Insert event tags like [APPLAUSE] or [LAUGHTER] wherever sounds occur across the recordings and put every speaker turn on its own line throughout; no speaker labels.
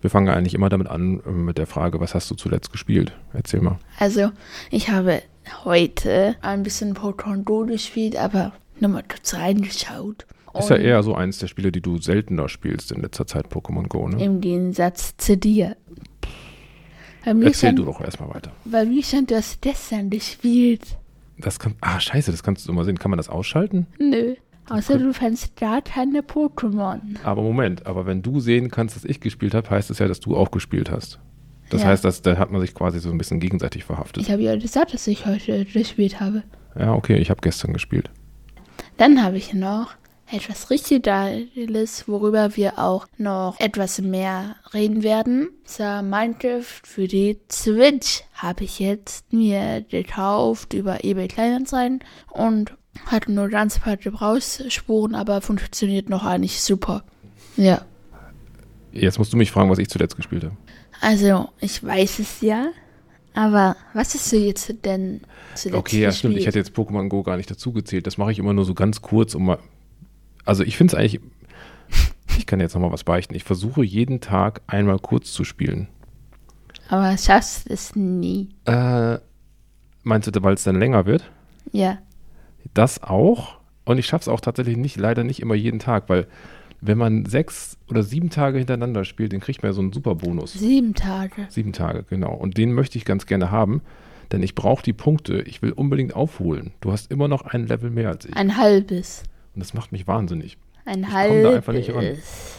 Wir fangen eigentlich immer damit an, ähm, mit der Frage, was hast du zuletzt gespielt? Erzähl mal.
Also, ich habe heute ein bisschen Pokémon Go gespielt, aber nur mal kurz reingeschaut.
Ist ja eher so eins der Spiele, die du seltener spielst in letzter Zeit, Pokémon Go, ne?
Im Gegensatz zu dir. Bei mir
Erzähl
stand,
du doch erstmal weiter.
Bei mir stand, du hast gestern gespielt.
Das kann, ah, scheiße, das kannst du immer sehen. Kann man das ausschalten?
Nö. Außer du fandst gar keine Pokémon.
Aber Moment, aber wenn du sehen kannst, dass ich gespielt habe, heißt es ja, dass du auch gespielt hast. Das
Ja.
heißt, dass, da hat man sich quasi so ein bisschen gegenseitig verhaftet.
Ich habe ja gesagt, dass ich heute gespielt habe.
Ja, okay, ich habe gestern gespielt.
Dann habe ich noch etwas richtig Geiles, worüber wir auch noch etwas mehr reden werden. So, Minecraft für die Switch habe ich jetzt mir gekauft über eBay Kleinanzeigen und hat nur ganz paar Gebrauchsspuren, aber funktioniert noch eigentlich super. Ja.
Jetzt musst du mich fragen, was ich zuletzt gespielt habe.
Also, ich weiß es ja, aber was hast du jetzt denn zuletzt
Okay, ja, stimmt. Ich
gespielt?
hätte jetzt Pokémon Go gar nicht dazu gezählt. Das mache ich immer nur so ganz kurz, um mal. Also ich finde es eigentlich. Ich kann jetzt nochmal was beichten. Ich versuche jeden Tag einmal kurz zu spielen.
Aber schaffst es nie.
Äh, meinst du, weil es dann länger wird?
Ja.
Das auch. Und ich schaffe es auch tatsächlich nicht, leider nicht immer jeden Tag, weil wenn man sechs oder sieben Tage hintereinander spielt, dann kriegt man ja so einen Superbonus.
Sieben Tage.
Sieben Tage, genau. Und den möchte ich ganz gerne haben, denn ich brauche die Punkte. Ich will unbedingt aufholen. Du hast immer noch ein Level mehr als ich.
Ein halbes.
Und das macht mich wahnsinnig.
Ein
Ich komm da einfach nicht ran.
halbes.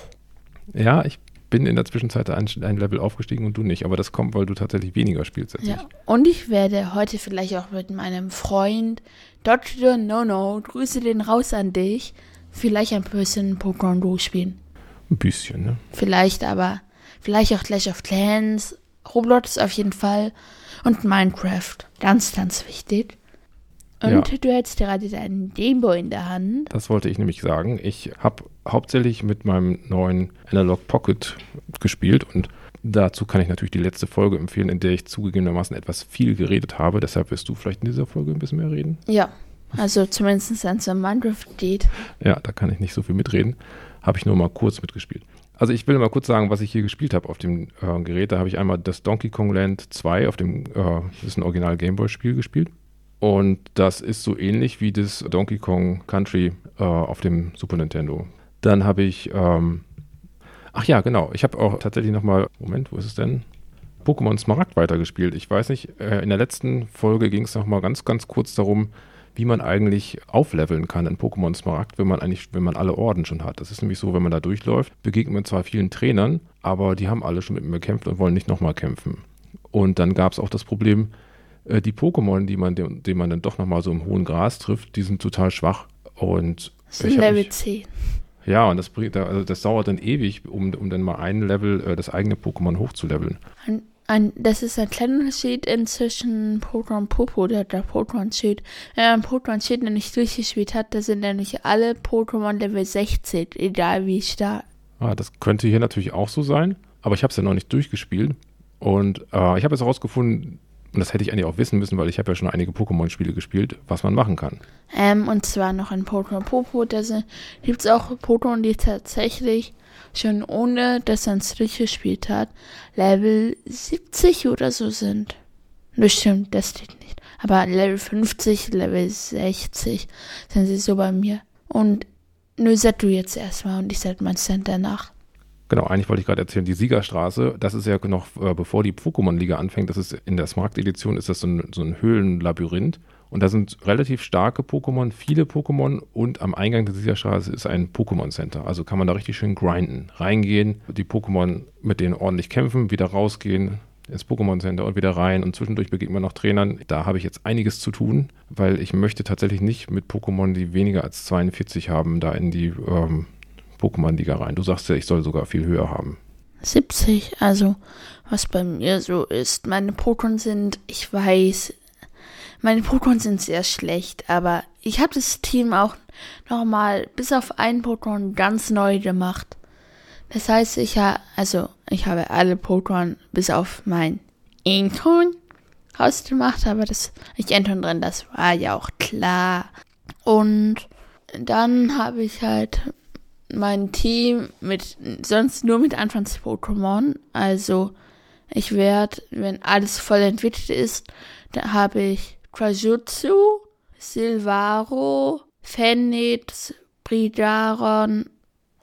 Ja, ich bin in der Zwischenzeit ein, ein Level aufgestiegen und du nicht. Aber das kommt, weil du tatsächlich weniger spielst als
Ja. Und ich werde heute vielleicht auch mit meinem Freund Dr. Nono, grüße den raus an dich, vielleicht ein bisschen Pokémon Go spielen.
ich. Ein bisschen, ne?
Vielleicht aber, vielleicht auch Clash of Clans, Roblox auf jeden Fall und Minecraft. Ganz, ganz wichtig. Und du hältst gerade deinen Gameboy in der Hand.
Das wollte ich nämlich sagen. Ich habe hauptsächlich mit meinem neuen Analog Pocket gespielt und dazu kann ich natürlich die letzte Folge empfehlen, in der ich zugegebenermaßen etwas viel geredet habe. Deshalb wirst du vielleicht in dieser Folge ein bisschen mehr reden.
Ja. Also zumindest wenn es um Minecraft geht.
Ja, da kann ich nicht so viel mitreden. Habe ich nur mal kurz mitgespielt. Also ich will mal kurz sagen, was ich hier gespielt habe auf dem äh, Gerät. Da habe ich einmal das Donkey Kong Land 2 auf dem, äh, das ist ein Original Gameboy-Spiel gespielt. Und das ist so ähnlich wie das Donkey Kong Country äh, auf dem Super Nintendo. Dann habe ich, ähm, ach ja, genau, ich habe auch tatsächlich nochmal, Moment, wo ist es denn? Pokémon Smaragd weitergespielt. Ich weiß nicht, äh, in der letzten Folge ging es nochmal ganz, ganz kurz darum, wie man eigentlich aufleveln kann in Pokémon Smaragd, wenn man eigentlich, wenn man alle Orden schon hat. Das ist nämlich so, wenn man da durchläuft, begegnet man zwar vielen Trainern, aber die haben alle schon mit mir gekämpft und wollen nicht nochmal kämpfen. Und dann gab es auch das Problem, äh, die Pokémon, die man, dem, den man dann doch nochmal so im hohen Gras trifft, die sind total schwach. Und
Das ist
ich hab mich-
Level 10.
ja, und das, bringt, also das dauert dann ewig, um, um dann mal ein Level, äh, das eigene Pokémon hochzuleveln.
Ein, ein, das ist ein kleiner Unterschied inzwischen Pokémon Popo, der hat da Pokémon Schild. Wenn man Pokémon Schild nämlich durchgespielt hat, da sind nämlich alle Pokémon Level 16, egal wie stark.
Ah, das könnte hier natürlich auch so sein, aber ich habe es ja noch nicht durchgespielt. Und äh, ich habe jetzt herausgefunden, und das hätte ich eigentlich auch wissen müssen, weil ich habe ja schon einige Pokémon-Spiele gespielt, was man machen kann.
Ähm, und zwar noch in Pokémon Popo, da gibt es auch Pokémon, die tatsächlich schon ohne, dass man es durchgespielt hat, Level 70 oder so sind. Das stimmt, das steht nicht. Aber Level 50, Level 60 sind sie so bei mir. Und nö, sag du jetzt erstmal und ich sag meins dann danach.
Genau, eigentlich wollte ich gerade erzählen, die Siegerstraße, das ist ja noch, äh, bevor die Pokémon-Liga anfängt, das ist in der Smaragd-Edition, ist das so ein, so ein Höhlenlabyrinth. Und da sind relativ starke Pokémon, viele Pokémon und am Eingang der Siegerstraße ist ein Pokémon-Center. Also kann man da richtig schön grinden. Reingehen, die Pokémon mit denen ordentlich kämpfen, wieder rausgehen ins Pokémon-Center und wieder rein. Und zwischendurch begegnet man noch Trainern. Da habe ich jetzt einiges zu tun, weil ich möchte tatsächlich nicht mit Pokémon, die weniger als 42 haben, da in die ähm, Pokémon-Liga rein. Du sagst ja, ich soll sogar viel höher haben.
70, also was bei mir so ist. Meine Pokémon sind, ich weiß, meine Pokémon sind sehr schlecht, aber ich habe das Team auch nochmal bis auf einen Pokémon ganz neu gemacht. Das heißt, ich habe, also ich habe alle Pokémon bis auf mein Enton rausgemacht, aber das, ich Enton drin, das war ja auch klar. Und dann habe ich halt mein Team mit sonst nur mit Anfangs-Pokémon. Also ich werde, wenn alles voll entwickelt ist, dann habe ich Krajutsu, Silvaro, Fenix, Bridaron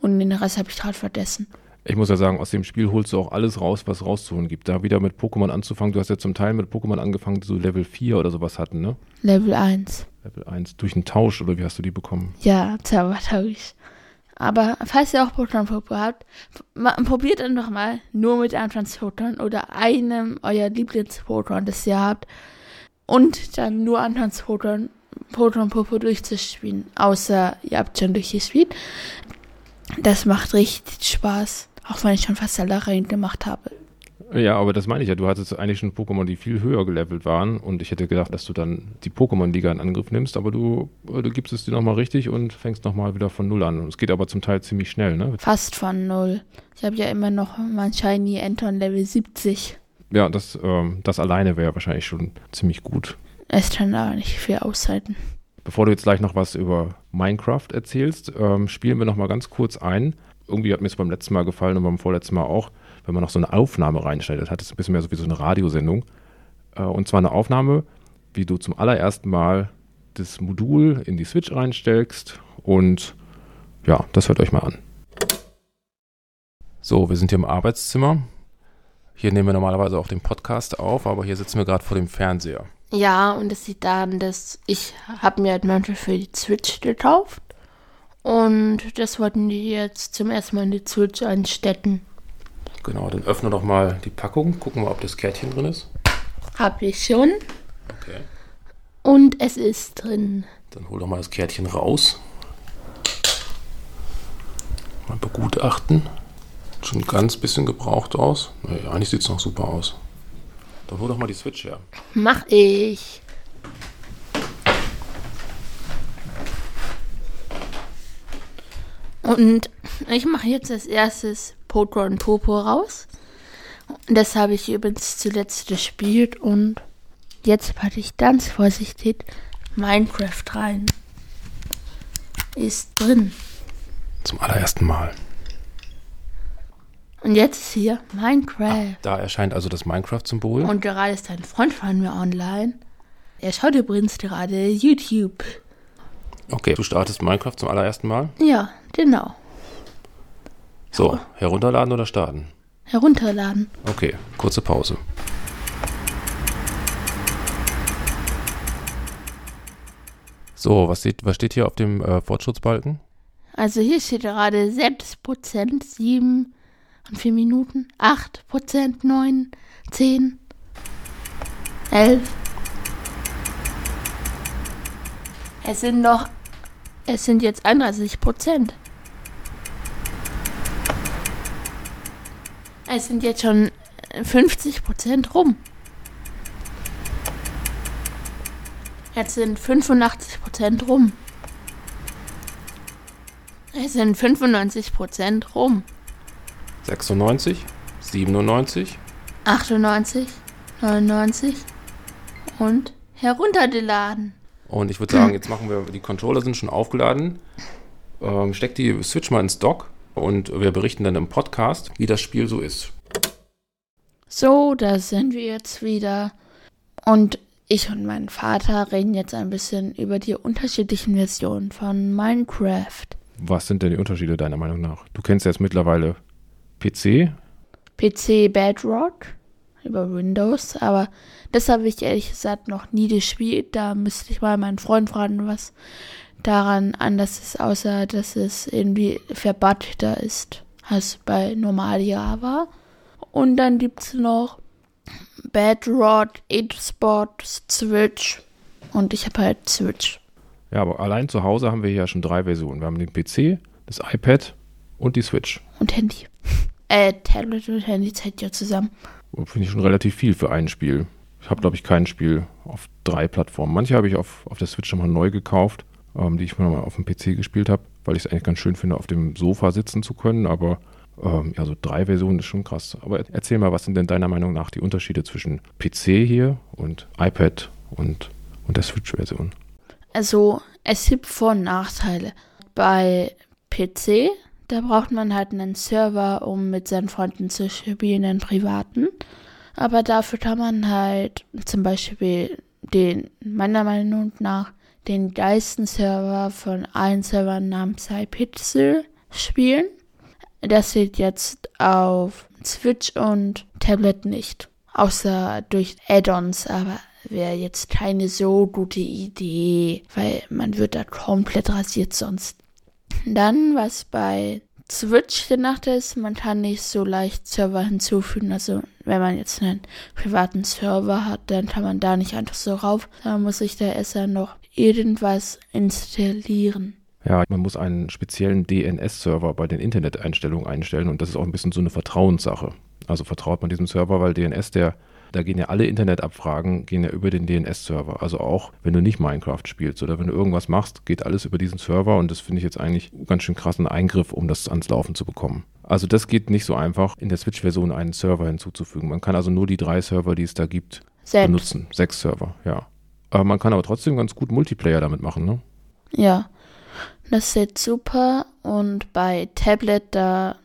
und den Rest habe ich gerade vergessen.
Ich muss ja sagen, aus dem Spiel holst du auch alles raus, was rauszuholen gibt. Da wieder mit Pokémon anzufangen, du hast ja zum Teil mit Pokémon angefangen, die so Level 4 oder sowas hatten, ne?
Level 1.
Level 1 durch einen Tausch oder wie hast du die bekommen?
Ja, Zaubertausch. Aber falls ihr auch Pokémon Popo habt, ma- probiert einfach mal nur mit einem Pokémon oder einem euer Lieblings-Pokémon, das ihr habt. Und dann nur anderen Pokémon Pokémon Popo durchzuspielen. Außer ihr habt schon durchgespielt. Das macht richtig Spaß. Auch wenn ich schon fast alle rein gemacht habe.
Ja, aber das meine ich ja. Du hattest eigentlich schon Pokémon, die viel höher gelevelt waren. Und ich hätte gedacht, dass du dann die Pokémon-Liga in Angriff nimmst. Aber du, äh, du gibst es dir nochmal richtig und fängst nochmal wieder von Null an. Und es geht aber zum Teil ziemlich schnell, ne?
Fast von null. Ich habe ja immer noch mein Shiny Anton Level 70.
Ja, das, ähm, das alleine wäre wahrscheinlich schon ziemlich gut.
Es kann aber nicht viel aushalten.
Bevor du jetzt gleich noch was über Minecraft erzählst, ähm, spielen wir nochmal ganz kurz ein. Irgendwie hat mir es beim letzten Mal gefallen und beim vorletzten Mal auch, wenn man noch so eine Aufnahme reinschneidet, hat es ein bisschen mehr so wie so eine Radiosendung. Äh, und zwar eine Aufnahme, wie du zum allerersten Mal das Modul in die Switch reinsteckst. Und ja, das hört euch mal an. So, wir sind hier im Arbeitszimmer. Hier nehmen wir normalerweise auch den Podcast auf, aber hier sitzen wir gerade vor dem Fernseher.
Ja, und es liegt daran, dass ich habe mir Adventure für die Switch gekauft. Und das wollten die jetzt zum ersten Mal in die Switch einstecken.
Genau, dann öffne doch mal die Packung, gucken wir, ob das Kärtchen drin ist.
Hab ich schon.
Okay.
Und es ist drin.
Dann hol doch mal das Kärtchen raus. Mal begutachten. Schon ein ganz bisschen gebraucht aus. Naja, eigentlich sieht es noch super aus. Dann hol doch mal die Switch her.
Mach ich. Und ich mache jetzt als erstes Popo und Popo raus. Das habe ich übrigens zuletzt gespielt und jetzt packe ich ganz vorsichtig Minecraft rein. Ist drin.
Zum allerersten Mal.
Und jetzt ist hier Minecraft.
Da erscheint also das Minecraft-Symbol.
Äh. Und gerade ist ein Freund von mir online. Er schaut übrigens gerade YouTube.
Okay, du startest Minecraft zum allerersten Mal.
Ja, genau.
So, herunterladen oder starten?
Herunterladen.
Okay, kurze Pause. So, was steht, was steht hier auf dem äh, Fortschrittsbalken?
Also hier steht gerade 6%, 7 und 4 Minuten, 8%, 9, 10, 11. Es sind noch, es sind jetzt 31%. Es sind jetzt schon 50% rum. Jetzt sind 85% rum. Es sind 95% rum.
96, 97.
98, 99 und heruntergeladen.
Und ich würde sagen, jetzt machen wir, die Controller sind schon aufgeladen. Ähm, steck die Switch mal ins Dock und wir berichten dann im Podcast, wie das Spiel so ist.
So, da sind wir jetzt wieder. Und ich und mein Vater reden jetzt ein bisschen über die unterschiedlichen Versionen von Minecraft.
Was sind denn die Unterschiede deiner Meinung nach? Du kennst jetzt mittlerweile PC.
PC Bedrock über Windows, aber das habe ich ehrlich gesagt noch nie gespielt. Da müsste ich mal meinen Freund fragen, was daran anders ist, außer dass es irgendwie verbatteter ist als bei normal Java. Und dann gibt es noch Bedrock, Sport, Switch und ich habe halt Switch.
Ja, aber allein zu Hause haben wir hier ja schon drei Versionen. Wir haben den PC, das iPad und die Switch.
Und Handy. [LAUGHS] Äh, Tablet und Handy zählt ja zusammen.
Finde ich schon relativ viel für ein Spiel. Ich habe, glaube ich, kein Spiel auf drei Plattformen. Manche habe ich auf, auf der Switch nochmal neu gekauft, ähm, die ich mal auf dem PC gespielt habe, weil ich es eigentlich ganz schön finde, auf dem Sofa sitzen zu können. Aber ähm, ja, so drei Versionen ist schon krass. Aber er- erzähl mal, was sind denn deiner Meinung nach die Unterschiede zwischen PC hier und iPad und, und der Switch-Version?
Also, es gibt Vor- und Nachteile. Bei PC, Da braucht man halt einen Server, um mit seinen Freunden zu spielen, einen privaten. Aber dafür kann man halt zum Beispiel den, meiner Meinung nach, den geilsten Server von allen Servern namens Hypixel spielen. Das wird jetzt auf Switch und Tablet nicht. Außer durch Add-ons, aber wäre jetzt keine so gute Idee, weil man wird da komplett rasiert sonst. Dann, was bei Switch der Nachteil ist, man kann nicht so leicht Server hinzufügen. Also wenn man jetzt einen privaten Server hat, dann kann man da nicht einfach so rauf. Dann muss sich da erst dann noch irgendwas installieren.
Ja, man muss einen speziellen DNS-Server bei den Interneteinstellungen einstellen und das ist auch ein bisschen so eine Vertrauenssache. Also vertraut man diesem Server, weil DNS, der, da gehen ja alle Internetabfragen, gehen ja über den DNS-Server. Also auch wenn du nicht Minecraft spielst oder wenn du irgendwas machst, geht alles über diesen Server und das finde ich jetzt eigentlich ganz schön krassen Eingriff, um das ans Laufen zu bekommen. Also das geht nicht so einfach, in der Switch-Version einen Server hinzuzufügen. Man kann also nur die drei Server, die es da gibt,
Selbst.
benutzen. Sechs Server, ja. Aber man kann aber trotzdem ganz gut Multiplayer damit machen, ne?
Ja, das ist jetzt super. Und bei Tablet, da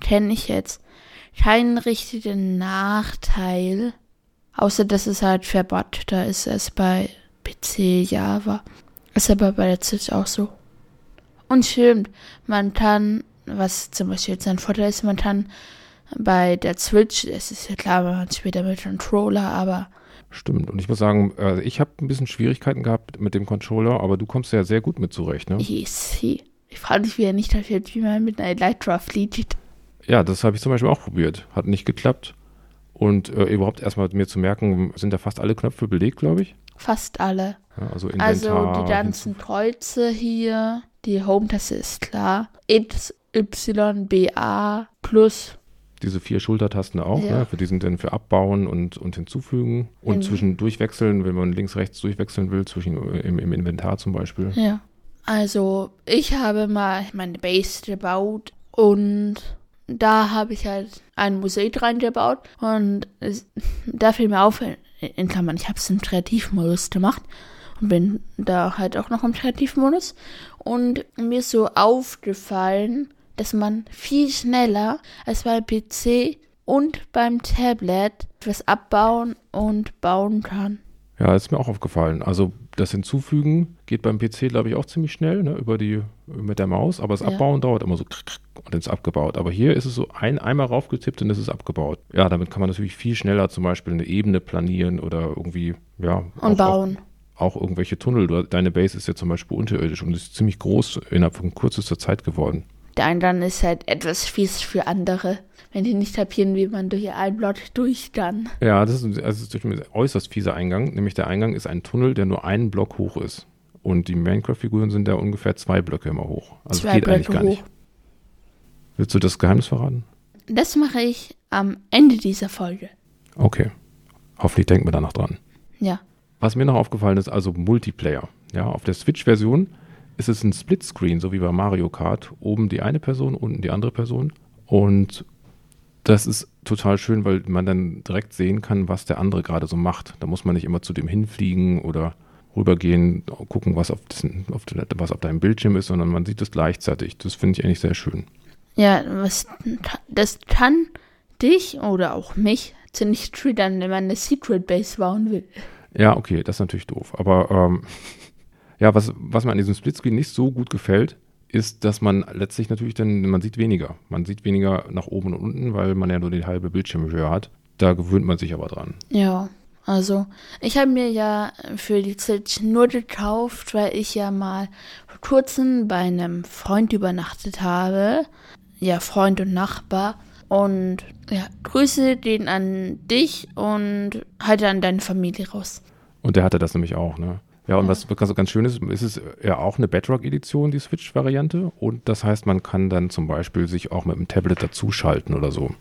kenne ich jetzt keinen richtigen Nachteil. Außer, dass es halt verbatteter ist als bei PC Java. Ist aber bei der Switch auch so. Und stimmt, man kann, was zum Beispiel jetzt ein Vorteil ist, man kann bei der Switch, es ist ja klar, man spielt ja mit Controller, aber
Stimmt. Und ich muss sagen, also ich habe ein bisschen Schwierigkeiten gehabt mit dem Controller, aber du kommst ja sehr gut mit zurecht, ne?
Easy. Ich frage mich, wie er nicht dafür, wie man mit einer Elytra fliegt.
Ja, das habe ich zum Beispiel auch probiert. Hat nicht geklappt. Und äh, überhaupt erstmal mir zu merken, sind da fast alle Knöpfe belegt, glaube ich.
Fast alle.
Ja, also Inventar.
Also die ganzen Kreuze hier, die Home-Taste ist klar. X, Y, B, A, plus.
diese vier Schultertasten auch,
Ja.
ne? Für die sind dann für Abbauen und, und hinzufügen. Und
Genau.
zwischendurch wechseln, wenn man links, rechts durchwechseln will, zwischen äh, im, im Inventar zum Beispiel.
Ja. Also ich habe mal meine Base gebaut und da habe ich halt ein Mosaik reingebaut und es, da fiel mir auf, in- in Klammern, ich habe es im Kreativmodus gemacht und bin da halt auch noch im Kreativmodus und mir ist so aufgefallen, dass man viel schneller als beim PC und beim Tablet was abbauen und bauen kann.
Ja, ist mir auch aufgefallen. Also das Hinzufügen geht beim PC, glaube ich, auch ziemlich schnell, ne, über die, mit der Maus, aber das
Ja.
Abbauen dauert immer so krick, krick, und dann ist abgebaut. Aber hier ist es so ein einmal raufgetippt und es ist abgebaut. Ja, damit kann man natürlich viel schneller zum Beispiel eine Ebene planieren oder irgendwie, ja.
Und bauen.
Auch, auch irgendwelche Tunnel. Du, deine Base ist ja zum Beispiel unterirdisch und ist ziemlich groß innerhalb von kürzester Zeit geworden.
Der Eingang ist halt etwas fies für andere, wenn die nicht kapieren, wie man durch einen Block durch kann.
Ja, das ist, ein- also das ist ein äußerst fieser Eingang. Nämlich der Eingang ist ein Tunnel, der nur einen Block hoch ist. Und die Minecraft-Figuren sind da ungefähr zwei Blöcke immer hoch. Also
Zwei
geht eigentlich
Blöcke
gar nicht. Willst du das Geheimnis verraten?
Das mache ich am Ende dieser Folge.
Okay. Hoffentlich denken wir danach dran.
Ja.
Was mir noch aufgefallen ist, also Multiplayer. Ja, auf der Switch-Version ist es ein Splitscreen, so wie bei Mario Kart. Oben die eine Person, unten die andere Person. Und das ist total schön, weil man dann direkt sehen kann, was der andere gerade so macht. Da muss man nicht immer zu dem hinfliegen oder rübergehen, gucken, was auf, dessen, auf, was auf deinem Bildschirm ist, sondern man sieht es gleichzeitig. Das finde ich eigentlich sehr schön.
Ja, was, das kann dich oder auch mich ziemlich triggern, wenn man eine Secret Base bauen will.
Ja, okay, das ist natürlich doof. Aber ähm, [LAUGHS] ja, was, was mir an diesem Splitscreen nicht so gut gefällt, ist, dass man letztlich natürlich dann, man sieht weniger. Man sieht weniger nach oben und unten, weil man ja nur die halbe Bildschirmhöhe hat. Da gewöhnt man sich aber dran.
Ja, also ich habe mir ja für die Switch nur gekauft, weil ich ja mal vor kurzem bei einem Freund übernachtet habe. Ja, Freund und Nachbar. Und ja, Grüße den an dich und halte an deine Familie raus.
Und der hatte das nämlich auch, ne? Ja, und was ganz, ganz schön ist, ist es ja auch eine Bedrock-Edition, die Switch-Variante. Und das heißt, man kann dann zum Beispiel sich auch mit dem Tablet dazuschalten oder so.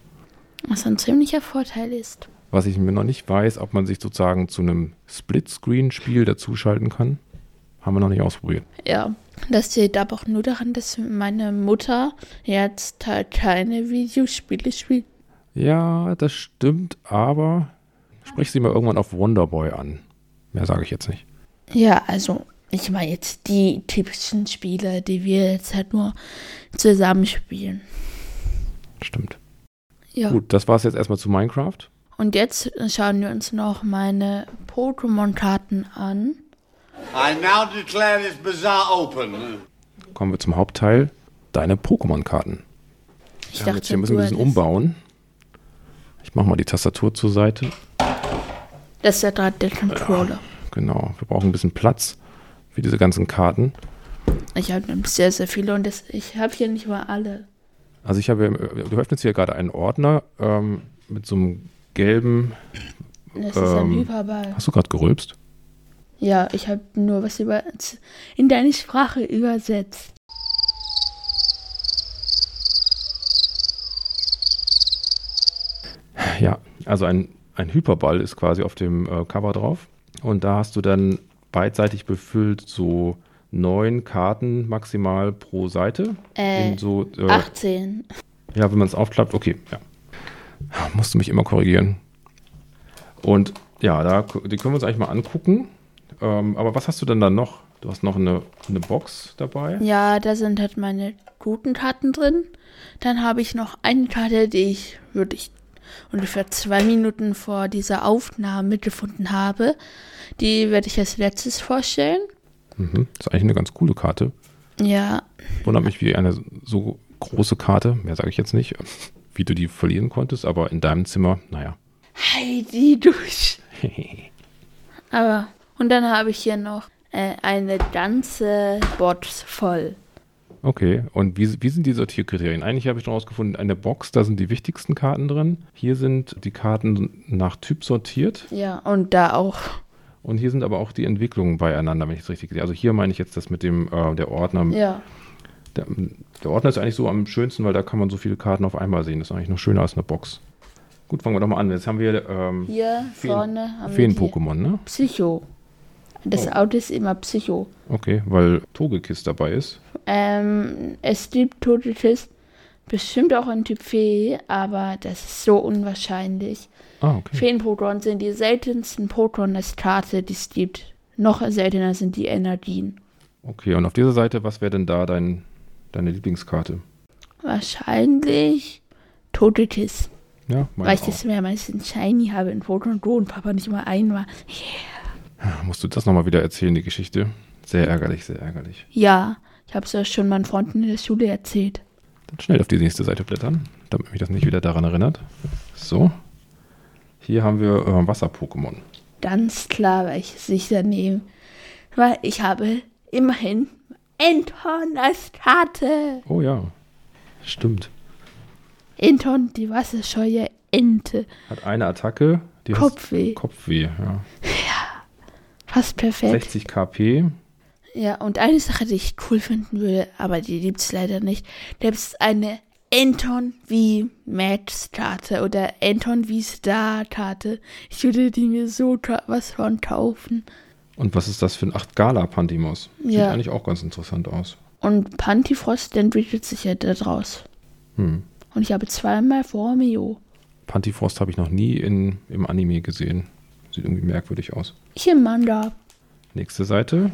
Was ein ziemlicher Vorteil ist.
Was ich mir noch nicht weiß, ob man sich sozusagen zu einem Splitscreen-Spiel dazuschalten kann. Haben wir noch nicht ausprobiert.
Ja, das liegt aber auch nur daran, dass meine Mutter jetzt halt keine Videospiele spielt.
Ja, das stimmt, aber sprich sie mal irgendwann auf Wonderboy an. Mehr sage ich jetzt nicht.
Ja, also ich meine jetzt die typischen Spiele, die wir jetzt halt nur zusammenspielen.
Stimmt.
Ja.
Gut, das war es jetzt erstmal zu Minecraft.
Und jetzt schauen wir uns noch meine Pokémon-Karten an.
I now declare this bazaar open.
Kommen wir zum Hauptteil. Deine Pokémon-Karten. Wir
Ich
haben
dachte,
jetzt hier müssen wir ein bisschen
hattest-
umbauen. Ich mache mal die Tastatur zur Seite.
Das ist ja gerade der Controller.
Genau, wir brauchen ein bisschen Platz für diese ganzen Karten.
Ich habe nämlich sehr, sehr viele und das, ich habe hier nicht mal alle.
Also ich habe, du öffnest hier gerade einen Ordner ähm, mit so einem gelben.
Das ist ein
Ähm,
Hyperball.
Hast du gerade gerülpst?
Ja, ich habe nur was über in deine Sprache übersetzt.
Ja, also ein, ein Hyperball ist quasi auf dem äh, Cover drauf. Und da hast du dann beidseitig befüllt so neun Karten maximal pro Seite.
Äh,
In so, äh,
18.
Ja, wenn man es aufklappt, okay, ja. Musst du mich immer korrigieren. Und ja, da, die können wir uns eigentlich mal angucken. Ähm, aber was hast du denn da noch? Du hast noch eine, eine Box dabei.
Ja, da sind halt meine guten Karten drin. Dann habe ich noch eine Karte, die ich wirklich ungefähr zwei Minuten vor dieser Aufnahme gefunden habe. Die werde ich als letztes vorstellen.
Mhm. Das ist eigentlich eine ganz coole Karte.
Ja,
Wundert mich, wie eine so große Karte, mehr sage ich jetzt nicht, wie du die verlieren konntest, aber in deinem Zimmer, naja.
Heidi durch. Aber, und dann habe ich hier noch äh, eine ganze Box voll.
Okay, und wie, wie sind die Sortierkriterien? Eigentlich habe ich herausgefunden, in der Box, da sind die wichtigsten Karten drin. Hier sind die Karten nach Typ sortiert.
Ja, und da auch.
Und hier sind aber auch die Entwicklungen beieinander, wenn ich es richtig sehe. Also hier meine ich jetzt das mit dem äh, der Ordner.
Ja.
Der, der Ordner ist eigentlich so am schönsten, weil da kann man so viele Karten auf einmal sehen. Das ist eigentlich noch schöner als eine Box. Gut, fangen wir doch mal an. Jetzt haben wir ähm,
Hier
Feen-
vorne haben wir die
Feen-Pokémon, ne?
Psycho. Das
Oh.
Auto ist immer Psycho.
Okay, weil Togekiss dabei ist.
Ähm, es gibt Totetes, bestimmt auch ein Typ Fee, aber das ist so unwahrscheinlich.
Ah, okay.
Feen-Pokémon sind die seltensten Pokémon als Karte, die es gibt. Noch seltener sind die Energien.
Okay, und auf dieser Seite, was wäre denn da dein, deine Lieblingskarte?
Wahrscheinlich Totetes.
Ja, meine
Weil ich
auch.
das mehr meistens shiny habe in Foto und Go und Papa nicht mal einmal.
Ah, Musst du das nochmal wieder erzählen, die Geschichte? Sehr ärgerlich, sehr ärgerlich.
Ja, ich habe es ja schon meinen Freunden in der Schule erzählt.
Dann schnell auf die nächste Seite blättern, damit mich das nicht wieder daran erinnert. So. Hier haben wir äh, Wasser-Pokémon.
Ganz klar, weil ich es nicht daneben. Weil ich habe immerhin Enton als Karte.
Oh ja, stimmt.
Enton, die wasserscheue Ente.
Hat eine Attacke. Die heißt
Kopfweh.
Kopfweh, ja.
Fast perfekt.
60 KP.
Ja, und eine Sache, die ich cool finden würde, aber die gibt's leider nicht. Da gibt's eine Anton V Match-Karte oder Anton V Star-Karte. Ich würde die mir so ka- was von kaufen.
Und was ist das für ein 8 Gala Pantimos? Sieht
Ja.
eigentlich auch ganz interessant aus.
Und Pantifrost entwickelt sich ja da draus.
Hm.
Und ich habe zweimal Formio.
Pantifrost habe ich noch nie in, im Anime gesehen. Sieht irgendwie merkwürdig aus.
Hier im Manga
Nächste Seite.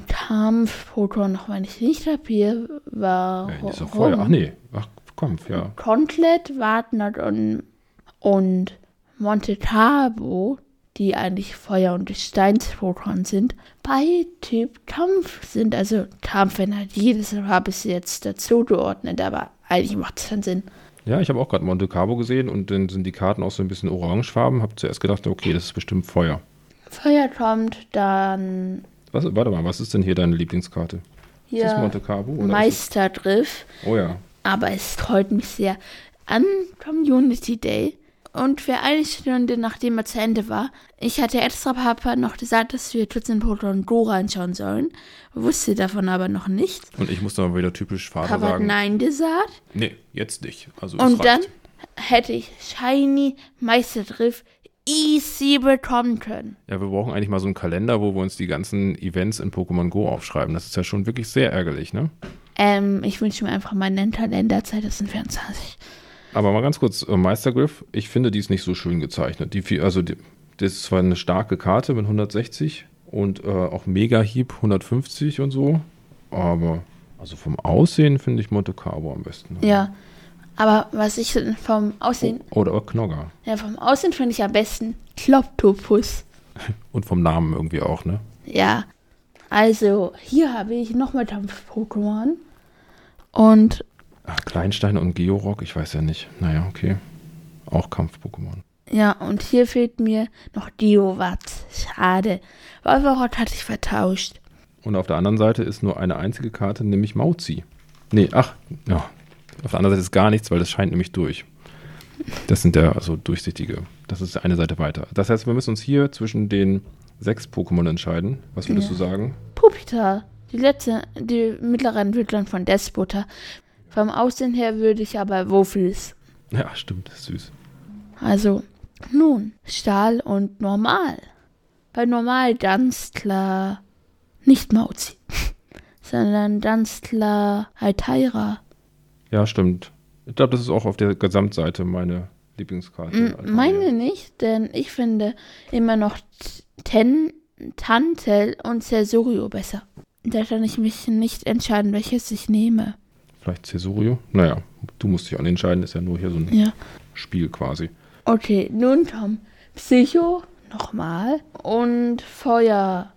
Kampf-Pokémon, noch wenn ich nicht kapiere, war.
Äh, die ist doch Feuer. Ach nee. Ach, Kampf, ja.
Kontlet, Wartnert und, und Monte Carlo, die eigentlich Feuer- und Gesteinsprotonen sind, bei Typ Kampf sind. Also Kampfenergie, deshalb habe ich sie jetzt dazu geordnet, aber eigentlich macht es keinen Sinn.
Ja, ich habe auch gerade Monte Carlo gesehen und dann sind die Karten auch so ein bisschen orangefarben. Habe zuerst gedacht, okay, das ist bestimmt Feuer.
Feuer kommt dann
Was, warte mal, was ist denn hier deine Lieblingskarte? Ist das
hier
Monte Carlo? oder ist
Meistergriff,
das- Oh ja.
aber es freut mich sehr an Community Day. Und für eine Stunde, nachdem er zu Ende war, ich hatte extra Papa noch gesagt, dass wir Twitch in Pokémon Go reinschauen sollen, wusste davon aber noch nicht.
Und ich muss dann wieder typisch Vater
Papa hat
sagen.
Nein gesagt.
Nee, jetzt nicht. Also es
Und dann
reicht.
hätte ich Shiny Meistergriff easy bekommen können.
Ja, wir brauchen eigentlich mal so einen Kalender, wo wir uns die ganzen Events in Pokémon Go aufschreiben. Das ist ja schon wirklich sehr ärgerlich, ne?
Ähm, ich wünsche mir einfach meinen Kalender 2024.
Aber mal ganz kurz, äh, Meistergriff, ich finde, die ist nicht so schön gezeichnet. Die, viel- also die, das ist zwar eine starke Karte mit 160 Und äh, auch Mega Hieb 150 und so. Aber also vom Aussehen finde ich Monte Carlo am besten.
Ja. Aber was ich denn vom Aussehen,
Oder Knogger.
ja, vom Aussehen finde ich am besten Kloptopus.
Und vom Namen irgendwie auch, ne?
Ja. Also, hier habe ich nochmal Dampf-Pokémon. Und
Ach, Ah, Kleinstein und Georock, ich weiß ja nicht. Naja, okay. Auch Kampf-Pokémon.
ja, und hier fehlt mir noch Diovac. Schade. Wolverot hatte ich vertauscht.
Und auf der anderen Seite ist nur eine einzige Karte, nämlich Mauzi. Nee, ach, ja. Auf der anderen Seite ist gar nichts, weil das scheint nämlich durch. Das sind ja also durchsichtige. Das ist eine Seite weiter. Das heißt, wir müssen uns hier zwischen den sechs Pokémon entscheiden. Was würdest du sagen?
Pupita, die letzte, die mittlere Entwicklerin von Despota. Vom Aussehen her würde ich aber Wofels.
Ja, stimmt, das ist süß.
Also, nun, Stahl und Normal. Bei Normal ganz klar nicht Mauzi, [LAUGHS] sondern ganz klar Altaira.
Ja, stimmt. Ich glaube, das ist auch auf der Gesamtseite meine Lieblingskarte. Also
M-
Altaria.
Hm, Meine nicht, denn ich finde immer noch T- Ten, Tantel und Cersorio besser. Da kann ich mich nicht entscheiden, welches ich nehme.
Vielleicht Cesurio? Naja, du musst dich auch nicht entscheiden, ist ja nur hier so ein
Ja.
Spiel quasi.
Okay, nun Tom. Psycho, nochmal. Und Feuer.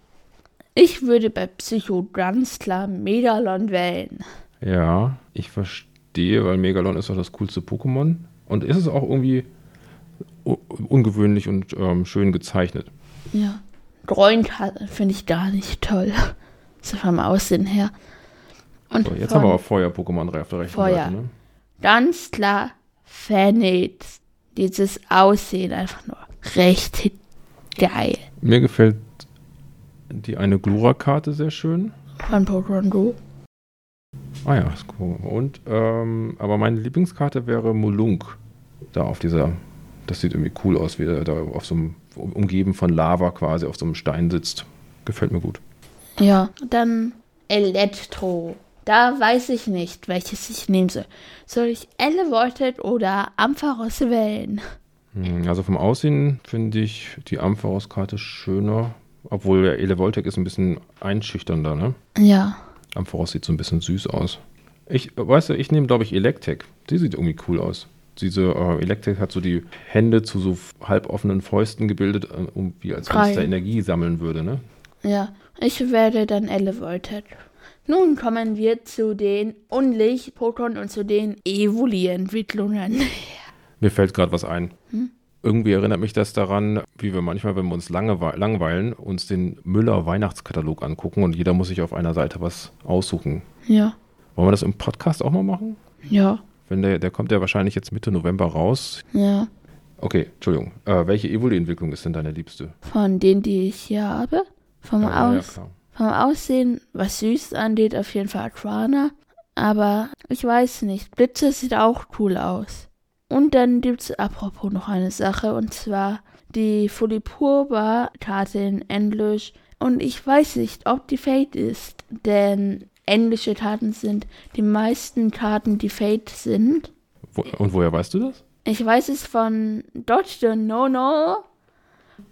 Ich würde bei Psycho ganz klar Medalon wählen.
Ja, ich verstehe, weil Megalon ist doch das coolste Pokémon. Und ist es auch irgendwie u- ungewöhnlich und ähm, schön gezeichnet.
Ja. Groink finde ich gar nicht toll. [LAUGHS] So vom Aussehen her. Und
So, jetzt
von
haben wir aber Feuer-Pokémon auf der rechten
Feuer.
Seite. Ne?
ganz klar Fanits. Dieses Aussehen einfach nur richtig geil.
Mir gefällt die eine Glura-Karte sehr schön.
Von Pokémon Go.
Ah ja, ist cool. Und, ähm, aber meine Lieblingskarte wäre Molunk. Da auf dieser, das sieht irgendwie cool aus, wie er da auf so einem, um-, umgeben von Lava quasi, auf so einem Stein sitzt. Gefällt mir gut.
Ja, dann Elektro. Da weiß ich nicht, welches ich nehmen soll. Soll ich Elevated oder Ampharos wählen?
Hm, Also vom Aussehen finde ich die Ampharos-Karte schöner, obwohl der Elevoltec ist ein bisschen einschüchternder, ne?
Ja.
Ampharos sieht so ein bisschen süß aus. Ich, äh, weißt du, ich nehme, glaube ich, Electek. Die sieht irgendwie cool aus. Diese äh, Electek hat so die Hände zu so f- halboffenen Fäusten gebildet, äh, um, wie als wenn
Frei.
es da Energie sammeln würde, ne?
Ja, ich werde dann Elevated. Nun kommen wir zu den Unlicht-Pokémon und zu den Evoli-Entwicklungen.
Mir fällt gerade was ein. Irgendwie erinnert mich das daran, wie wir manchmal, wenn wir uns langewe langweilen, uns den Müller-Weihnachtskatalog angucken und jeder muss sich auf einer Seite was aussuchen.
ja,
Wollen wir das im Podcast auch mal machen?
ja,
Wenn der, der kommt ja wahrscheinlich jetzt Mitte November raus.
ja.
Okay, Entschuldigung. Äh, welche Evoli-Entwicklung ist denn deine liebste?
Von denen, die ich hier habe, vom,
Ja, ja,
Aus
klar.
vom Aussehen, was süß angeht, auf jeden Fall Aquana. Aber ich weiß nicht, Blitze sieht auch cool aus. Und dann gibt's apropos noch eine Sache, und zwar die Folipurba-Karte in Englisch. Und ich weiß nicht, ob die Fate ist, denn englische Karten sind die meisten Karten, die Fate sind.
Wo, und woher weißt du das?
Ich weiß es von Dodge No No.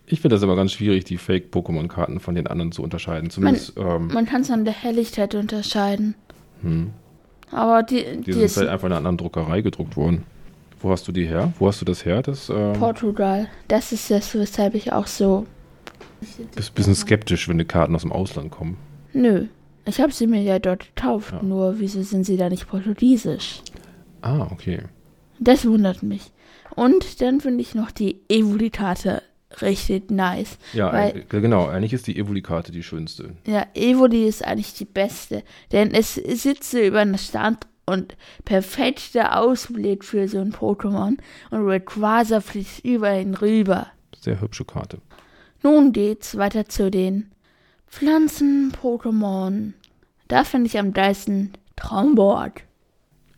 Ich finde das immer ganz schwierig, die Fake-Pokémon-Karten von den anderen zu unterscheiden. Zumindest, ähm, hm.
Man kann es an der Helligkeit unterscheiden. Aber die,
die
die,
sind halt
ist
vielleicht einfach in einer anderen Druckerei gedruckt worden. Wo hast du die her? Wo hast du das her? Das ähm,
Portugal. Das ist das, weshalb ich auch so.
bist ein bisschen skeptisch, wenn die Karten aus dem Ausland kommen.
Nö. Ich habe sie mir ja dort gekauft. Nur, wieso sind sie da nicht portugiesisch?
Ah, okay.
Das wundert mich. Und dann finde ich noch die Evoli-Karte richtig nice.
Ja,
weil,
äh, genau. Eigentlich ist die Evoli-Karte die schönste.
Ja, Evoli ist eigentlich die beste, denn es sitze über einer Stadt und perfekter Ausblick für so ein Pokémon und Rayquaza fliegt über ihn rüber.
Sehr hübsche Karte.
Nun geht's weiter zu den Pflanzen-Pokémon. Da finde ich am geilsten Tromboard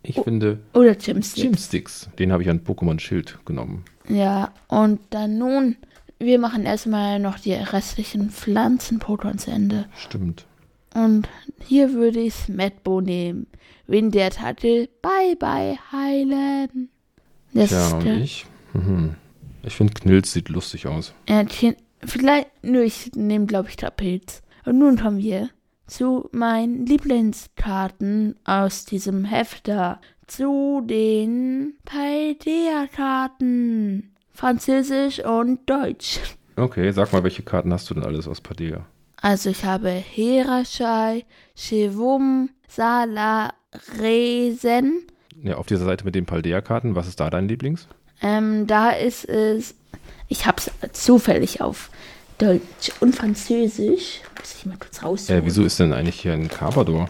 Oh.
Ich finde
oder Chimstick.
Chimsticks. Den habe ich an Pokémon-Schild genommen.
Ja, und dann nun, wir machen erstmal noch die restlichen Pflanzen-Pokémon zu Ende.
Stimmt.
Und hier würde ich Medbo nehmen. Wen der Titel Bye Bye Heilen. Das
Ja,
ist
und
der,
ich? Mhm. Ich finde Knilz sieht lustig aus.
Äh, Chin- Vielleicht, nö, ich nehme, glaube ich, Trapez. Und nun kommen wir zu meinen Lieblingskarten aus diesem Heft da. Zu den Paideia-Karten. Französisch und Deutsch.
Okay, sag mal, welche Karten hast du denn alles aus Padilla?
Also ich habe Heraschai, Chevum, Sala, Resen.
Ja, auf dieser Seite mit den Paldea-Karten, was ist da dein Lieblings?
Ähm, da ist es. Ich hab's zufällig auf Deutsch und Französisch. Muss ich mal kurz rausholen.
Äh, wieso ist denn eigentlich hier ein Cavador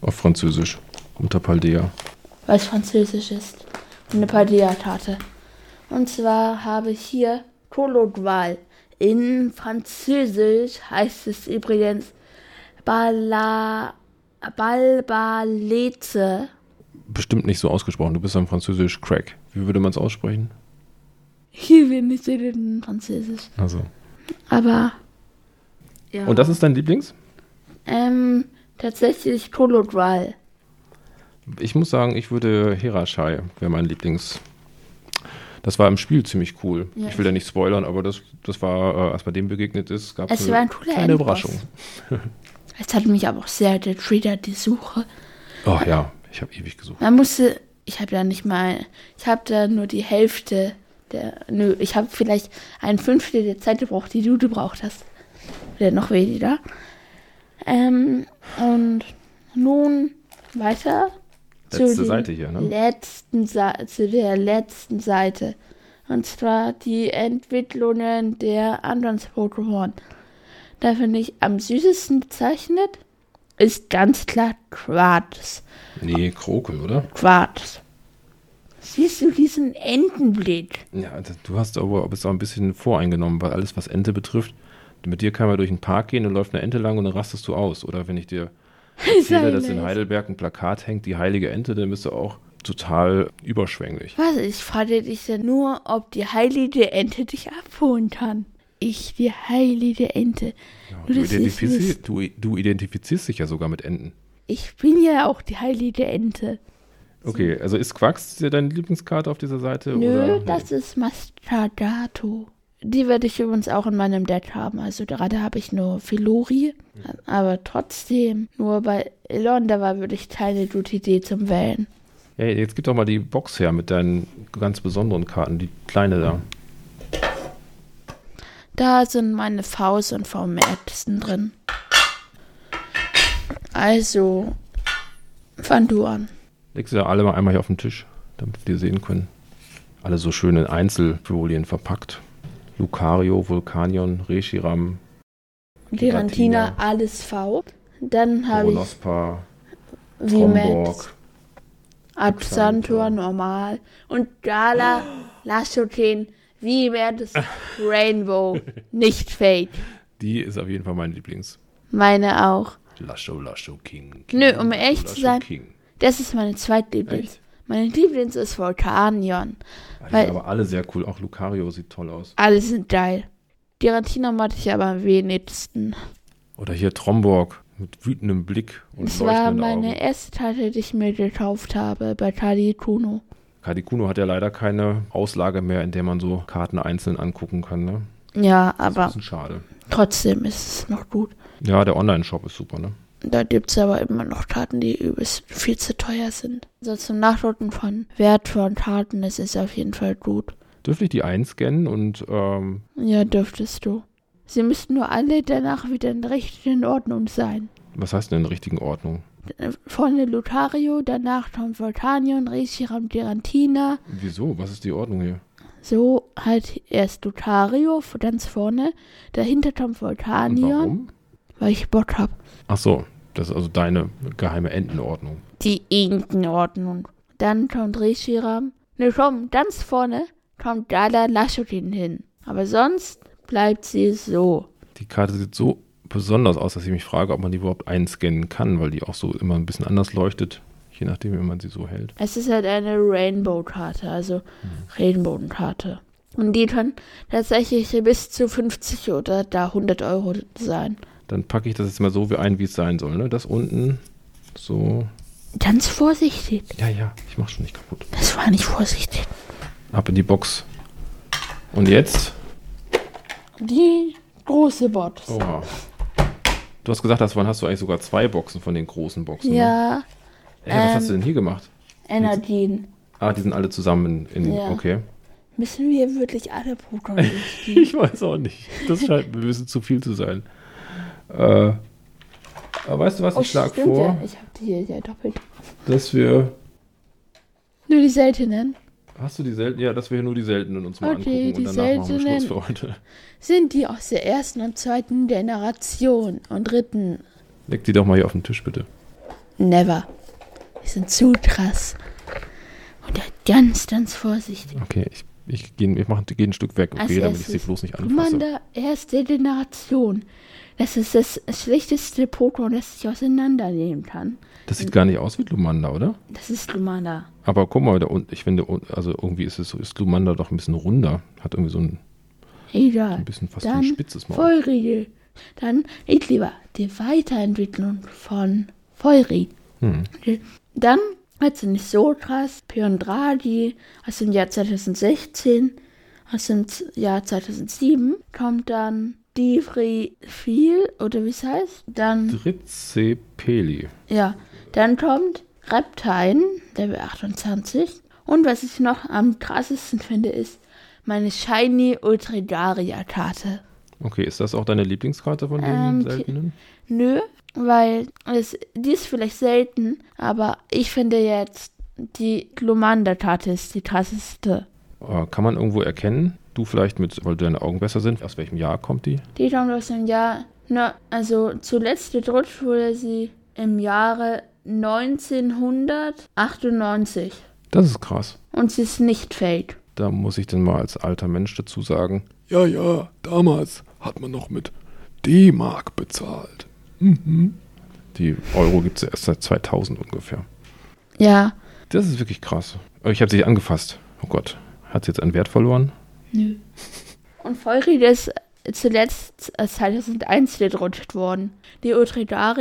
auf Französisch unter Paldea?
Weil es Französisch ist. Und eine Padilla-Karte. Und zwar habe ich hier Kolodwal. In Französisch heißt es übrigens Bala, Balbalete.
Bestimmt nicht so ausgesprochen, du bist am Französisch Crack. Wie würde man es aussprechen?
Hier wir nicht reden in Französisch.
Also.
Aber ja.
Und das ist dein Lieblings?
ähm, tatsächlich Kolodwal.
Ich muss sagen, ich würde Heraschai wäre mein Lieblings. Das war im Spiel ziemlich cool.
Ja,
ich will ja nicht spoilern, aber das, das war, äh, als man dem begegnet ist, gab
Es
eine
war ein cooler
kleine
Endboss.
Überraschung.
Es hat mich aber auch sehr getriggert, die Suche.
Oh ja, ich habe ewig gesucht.
Man musste, ich habe da nicht mal, ich habe da nur die Hälfte der, nö, ich habe vielleicht ein Fünftel der Zeit gebraucht, die du gebraucht hast. Oder noch weniger. Ähm, und nun weiter
Letzte
den
Seite hier, ne?
letzten Sa zu der letzten Seite. Und zwar die Entwicklungen der anderen Pokémon. Da finde ich am süßesten gezeichnet ist ganz klar Quartz.
Nee, Krokel, oder?
Quarz. Siehst du diesen Entenblick?
Ja, also du hast aber bist auch ein bisschen voreingenommen, weil alles, was Ente betrifft, mit dir kann man durch den Park gehen und läuft eine Ente lang und dann rastest du aus. Oder wenn ich
[LAUGHS]
dir erzähle,
Sei
dass in
leise.
Heidelberg ein Plakat hängt, die heilige Ente, dann bist du auch total überschwänglich.
Was? Ich frage dich ja nur, ob die heilige Ente dich abholen kann. Ich, die heilige Ente.
Du,
Nur, dass ich's wüsste.
identifizierst, du, du identifizierst dich ja sogar mit Enten.
ich bin ja auch die heilige Ente.
Okay, also ist Quacks dir deine Lieblingskarte auf dieser Seite?
Nö,
oder? halt Nee.
das ist Mastadato. Die werde ich übrigens auch in meinem Deck haben. Also gerade habe ich nur Filori. Aber trotzdem, nur bei Elonda war würde ich keine gute Idee zum Wählen.
Ja, jetzt gib doch mal die Box her mit deinen ganz besonderen Karten, die kleine da.
Da sind meine Faust und Frau Madsen drin. Also, fang du an.
Legst du da alle mal einmal hier auf den Tisch, damit wir die sehen können. Alle so schön in Einzelfolien verpackt. Lucario, Vulcanion, Reshiram, Giratina.
Girantina, alles V. Dann habe ich
Monospa,
Vimet,
Tromborg.
Absantor, Normal und Gala, Laschoten,
[LAUGHS]
Vimet, ist Rainbow, nicht Fake.
Die ist auf jeden Fall mein Lieblings.
Meine auch.
Lasho, Lasho King.
Nö, um ehrlich
Lasho,
zu sein,
King.
Das ist meine zweitlieblings.
Echt?
Meine Lieblings ist Vulkanion.
Ah, die
weil-
sind aber alle sehr cool. Auch Lucario sieht toll aus.
Alle sind geil. Giratina mochte ich aber am wenigsten.
Oder hier Tromborg mit wütendem Blick und
Es war
leuchtenden
meine
Augen.
erste Karte, die ich mir gekauft habe bei Kali Kuno.
Kadikuno hat ja leider keine Auslage mehr, in der man so Karten einzeln angucken kann. Ne?
Ja,
Das
aber
ist ein bisschen schade.
trotzdem ist es noch gut.
Ja, der Online-Shop ist super, ne?
Da gibt es aber immer noch Karten, die übelst viel zu teuer sind. So also zum Nachdrucken von Wert von Karten, das ist auf jeden Fall gut.
Dürfte ich die einscannen und ähm,
Ja, dürftest du. Sie müssten nur alle danach wieder in der richtigen Ordnung sein.
was heißt denn in der richtigen Ordnung?
Vorne Lothario, danach kommt Voltanion, Reshiram, Girantina,
Wieso? Was ist die Ordnung hier?
so halt erst Lothario ganz vorne, dahinter kommt
Und
Voltanion.
warum?
weil ich Bock hab.
Ach so, das ist also deine geheime Entenordnung.
Die Inkenordnung. Dann kommt Reshiram. Ne, komm, ganz vorne kommt Gala Lashutin hin. Aber sonst bleibt sie so.
Die Karte sieht so besonders aus, dass ich mich frage, ob man die überhaupt einscannen kann, weil die auch so immer ein bisschen anders leuchtet, je nachdem, wie man sie so hält.
Es ist halt eine Rainbow-Karte, also Regenbogenkarte. Und die kann tatsächlich bis zu 50 oder da 100 Euro sein.
Dann packe ich das jetzt mal so wie ein, wie es sein soll, ne? Das unten so.
Ganz vorsichtig.
Ja, ja, ich mach schon nicht kaputt.
Das war nicht vorsichtig.
Ab in die Box. Und jetzt
Die große Box.
Oha. Oh, Du hast gesagt, hast, wann hast du eigentlich sogar zwei Boxen von den großen Boxen? Ne?
ja,
Ey, was
ähm,
hast du denn hier gemacht?
Energien.
Ah, die sind alle zusammen in den.
Ja.
Okay.
Müssen wir wirklich alle Pokémon
[LAUGHS]
durchgehen?
Ich weiß auch nicht. Das scheint mir ein bisschen zu viel zu sein. Äh, aber weißt du was?
Oh,
Ich schlag
stimmt
vor,
ja. Ich hab die hier ja doppelt.
dass wir.
Nur die seltenen.
Hast du die seltenen? Ja, dass wir hier nur die seltenen uns mal
Okay,
angucken und danach
die
machen wir Schluss
seltenen.
für heute.
Sind die aus der ersten und zweiten Generation und dritten?
Leg die doch mal hier auf den Tisch, bitte.
Never. Die sind zu krass. Und ja, ganz, ganz vorsichtig.
Okay, ich, ich gehe ich mach, geh ein Stück weg, okay,
Als
damit ich sie
erstes
bloß nicht anfasse.
Commander erste Generation. Das ist das schlechteste Pokémon, das ich auseinandernehmen kann.
Das sieht gar nicht aus wie Glumanda, oder?
Das ist Lumanda.
Aber guck mal, da unten, ich finde, un- also irgendwie ist es so, ist Glumanda doch ein bisschen runder. Hat irgendwie so ein
Egal.
Ein bisschen fast wie ein
Dann
spitzes Maul.
Feurige. Dann Idliwa, die Weiterentwicklung von Feurig.
Hm.
Dann also nicht so krass, Piondradi aus dem Jahr 2016, aus dem Z- Jahr 2007 kommt dann Divri viel oder wie es heißt, dann
Drizepeli.
ja, dann kommt Reptile, Level 28 und was ich noch am krassesten finde ist meine Shiny Ultrigaria Karte.
Okay, ist das auch deine Lieblingskarte von den
Ähm,
seltenen?
Nö, weil es, die ist vielleicht selten, aber ich finde jetzt die Glomanda-Karte ist die krasseste.
Äh, kann man irgendwo erkennen? Du vielleicht mit, weil deine Augen besser sind. Aus welchem Jahr kommt die?
Die kommt aus dem Jahr, na, also zuletzt gedruckt wurde sie im Jahre 1998
Das ist krass.
und sie ist nicht fake.
Da muss ich denn mal als alter Mensch dazu sagen. Ja, ja, damals hat man noch mit D-Mark bezahlt. Mhm. Die Euro gibt es erst seit 2000 ungefähr.
Ja,
Das ist wirklich krass. Oh, Ich habe sie angefasst. Oh Gott, hat sie jetzt einen Wert verloren?
nö. Und Feurig ist zuletzt äh, als 2001 gedruckt worden. Die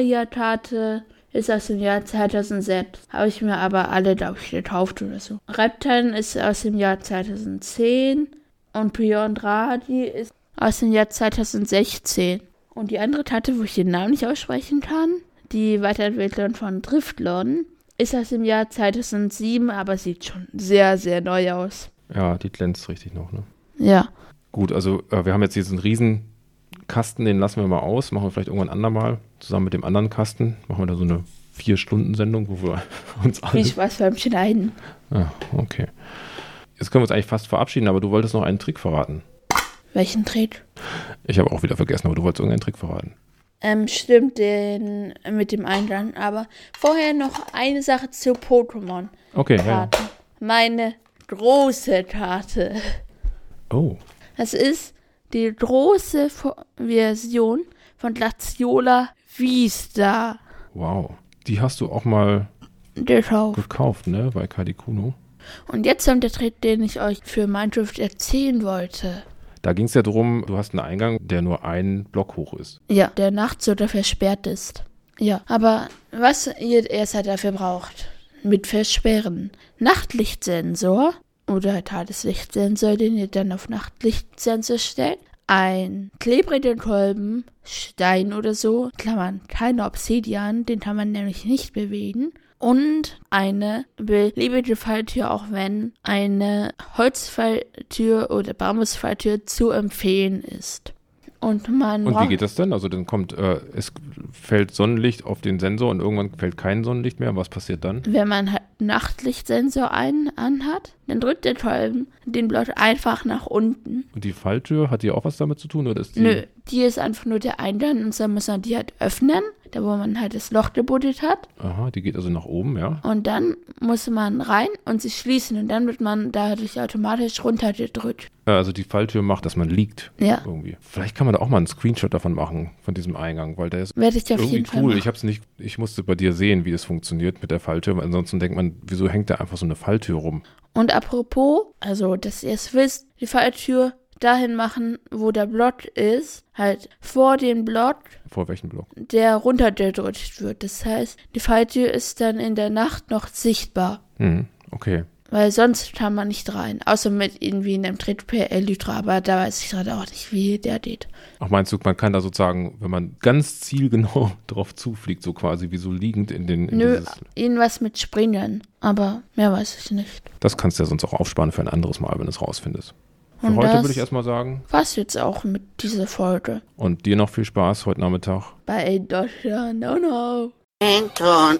Utridaria-Karte ist aus dem Jahr 2006. Habe ich mir aber alle, glaube ich, gekauft oder so. Reptan ist aus dem Jahr 2010 und Biondradi ist aus dem Jahr 2016. Und die andere Karte, wo ich den Namen nicht aussprechen kann, die Weiterentwicklung von Driftlon, ist aus dem Jahr 2007, aber sieht schon sehr, sehr neu aus.
Ja, die glänzt richtig noch. Ne?
Ja.
Gut, also äh, wir haben jetzt diesen riesen Kasten, den lassen wir mal aus. Machen wir vielleicht irgendwann andermal zusammen mit dem anderen Kasten. Machen wir da so eine Vier-Stunden-Sendung, wo wir [LAUGHS] uns alle
Viel Spaß beim Schneiden.
Ah, okay. Jetzt können wir uns eigentlich fast verabschieden, aber du wolltest noch einen Trick verraten.
Welchen Trick?
Ich habe auch wieder vergessen, aber du wolltest irgendeinen Trick verraten.
Ähm, stimmt den äh, mit dem Eingang, aber vorher noch eine Sache zu Pokémon-Karten.
Okay, ja.
Meine große Karte.
Oh,
Das ist die große Fo- Version von Glaciola Vista
wow. Die hast du auch mal
gekauft.
gekauft, ne? Bei Kadikuno.
Und jetzt kommt der Trick, den ich euch für Minecraft erzählen wollte.
Da ging es ja darum, du hast einen Eingang, der nur einen Block hoch ist.
Ja, der nachts oder versperrt ist. Ja, aber was ihr erstmal dafür braucht, mit Versperren. Nachtlichtsensor oder Tageslichtsensor, den ihr dann auf Nachtlichtsensor stellt. Ein klebrigen Kolben, Stein oder so, Klammern, keine Obsidian, den kann man nämlich nicht bewegen. Und eine beliebige Falltür, auch wenn eine Holzfalltür oder Bambusfalltür zu empfehlen ist. Und man
Und wie
braucht-
geht das denn? Also dann kommt, äh, es fällt Sonnenlicht auf den Sensor und irgendwann fällt kein Sonnenlicht mehr. Was passiert dann?
Wenn man halt Nachtlichtsensor ein, anhat, dann drückt der Kolben den Block einfach nach unten.
Und die Falltür, hat die auch was damit zu tun? Oder ist die,
Nö, die ist einfach nur der Eingang und dann muss man die halt öffnen, da wo man halt das Loch gebuddelt hat.
Aha, die geht also nach oben, ja?
Und dann muss man rein und sie schließen und dann wird man dadurch automatisch runtergedrückt.
Äh, Also die Falltür macht, dass man liegt.
Ja,
irgendwie. Vielleicht kann man da auch mal einen Screenshot davon machen, von diesem Eingang, weil der ist
werde ich auf
irgendwie
jeden Fall
cool.
machen.
Ich hab's nicht, ich musste bei dir sehen, wie das funktioniert mit der Falltür, weil ansonsten denkt man, wieso hängt da einfach so eine Falltür rum?
Und apropos, also dass ihr es wisst, die Falltür dahin machen, wo der Block ist, halt vor dem Block
Vor welchem Block?
der runtergedrückt wird. Das heißt, die Falltür ist dann in der Nacht noch sichtbar.
Hm, okay.
Weil sonst kam man nicht rein. Außer mit irgendwie einem Tritt per Elytra, aber da weiß ich gerade auch nicht, wie der geht.
Auch meinst du, man kann da sozusagen, wenn man ganz zielgenau [LAUGHS] drauf zufliegt, so quasi wie so liegend in den. In
Nö,
dieses,
irgendwas mit Springen, aber mehr weiß ich nicht.
das kannst du ja sonst auch aufsparen für ein anderes Mal, wenn du es rausfindest. Für
Und
heute
das-
würde ich erstmal sagen.
Was jetzt auch mit dieser Folge
Und dir noch viel Spaß heute Nachmittag.
bei Deutschland, oh no.
Anton.